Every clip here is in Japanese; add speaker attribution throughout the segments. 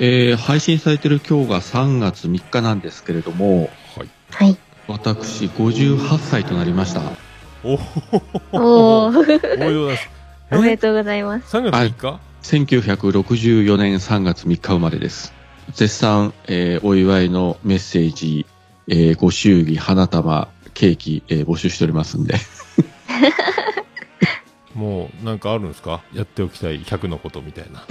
Speaker 1: えー配信されてる今日が3月3日なんですけれども、
Speaker 2: はい。
Speaker 1: 私58歳となりました。
Speaker 3: おお
Speaker 2: お
Speaker 3: お
Speaker 2: ー、
Speaker 3: めでとうございます。
Speaker 2: おめ
Speaker 3: え
Speaker 2: でとうございます。
Speaker 3: 三月3日
Speaker 1: 1964年3月3日生まれです。絶賛、えーお祝いのメッセージ、えーご祝儀、花束、ケーキ、えー募集しておりますんで。
Speaker 3: もうなんかあるんですかやっておきたい100のことみたいな。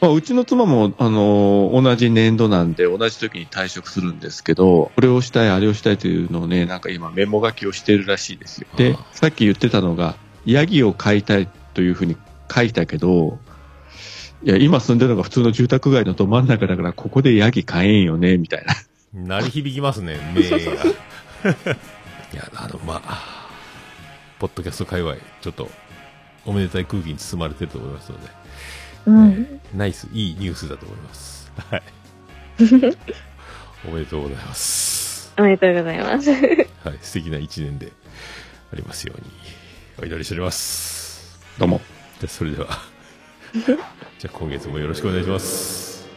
Speaker 1: まあ、うちの妻も、あのー同じ年度なんで、同じ時に退職するんですけど、これをしたい、あれをしたいというのをね、なんか今メモ書きをしてるらしいですよ。で
Speaker 3: あ、
Speaker 1: さっき言ってたのが、ヤギを飼いたいというふうに書いたけど、いや、今住んでるのが普通の住宅街のど真ん中だから、ここでヤギ飼えんよね、みたいな。
Speaker 3: 鳴り響きますね、名が。いや、あの、まあ、ポッドキャスト界隈、ちょっと、おめでたい空気に包まれてると思いますので、
Speaker 2: うん。
Speaker 3: ナイス、いいニュースだと思います。はい。おめでとうございます。
Speaker 2: おめでとうございます。
Speaker 3: はい、素敵な一年でありますように、お祈りしております。
Speaker 1: どうも。
Speaker 3: じゃあそれでは、 じゃあ今月もよろしくお願いします。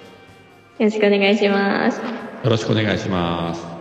Speaker 2: よろしくお願いします。
Speaker 1: よろしくお願いします。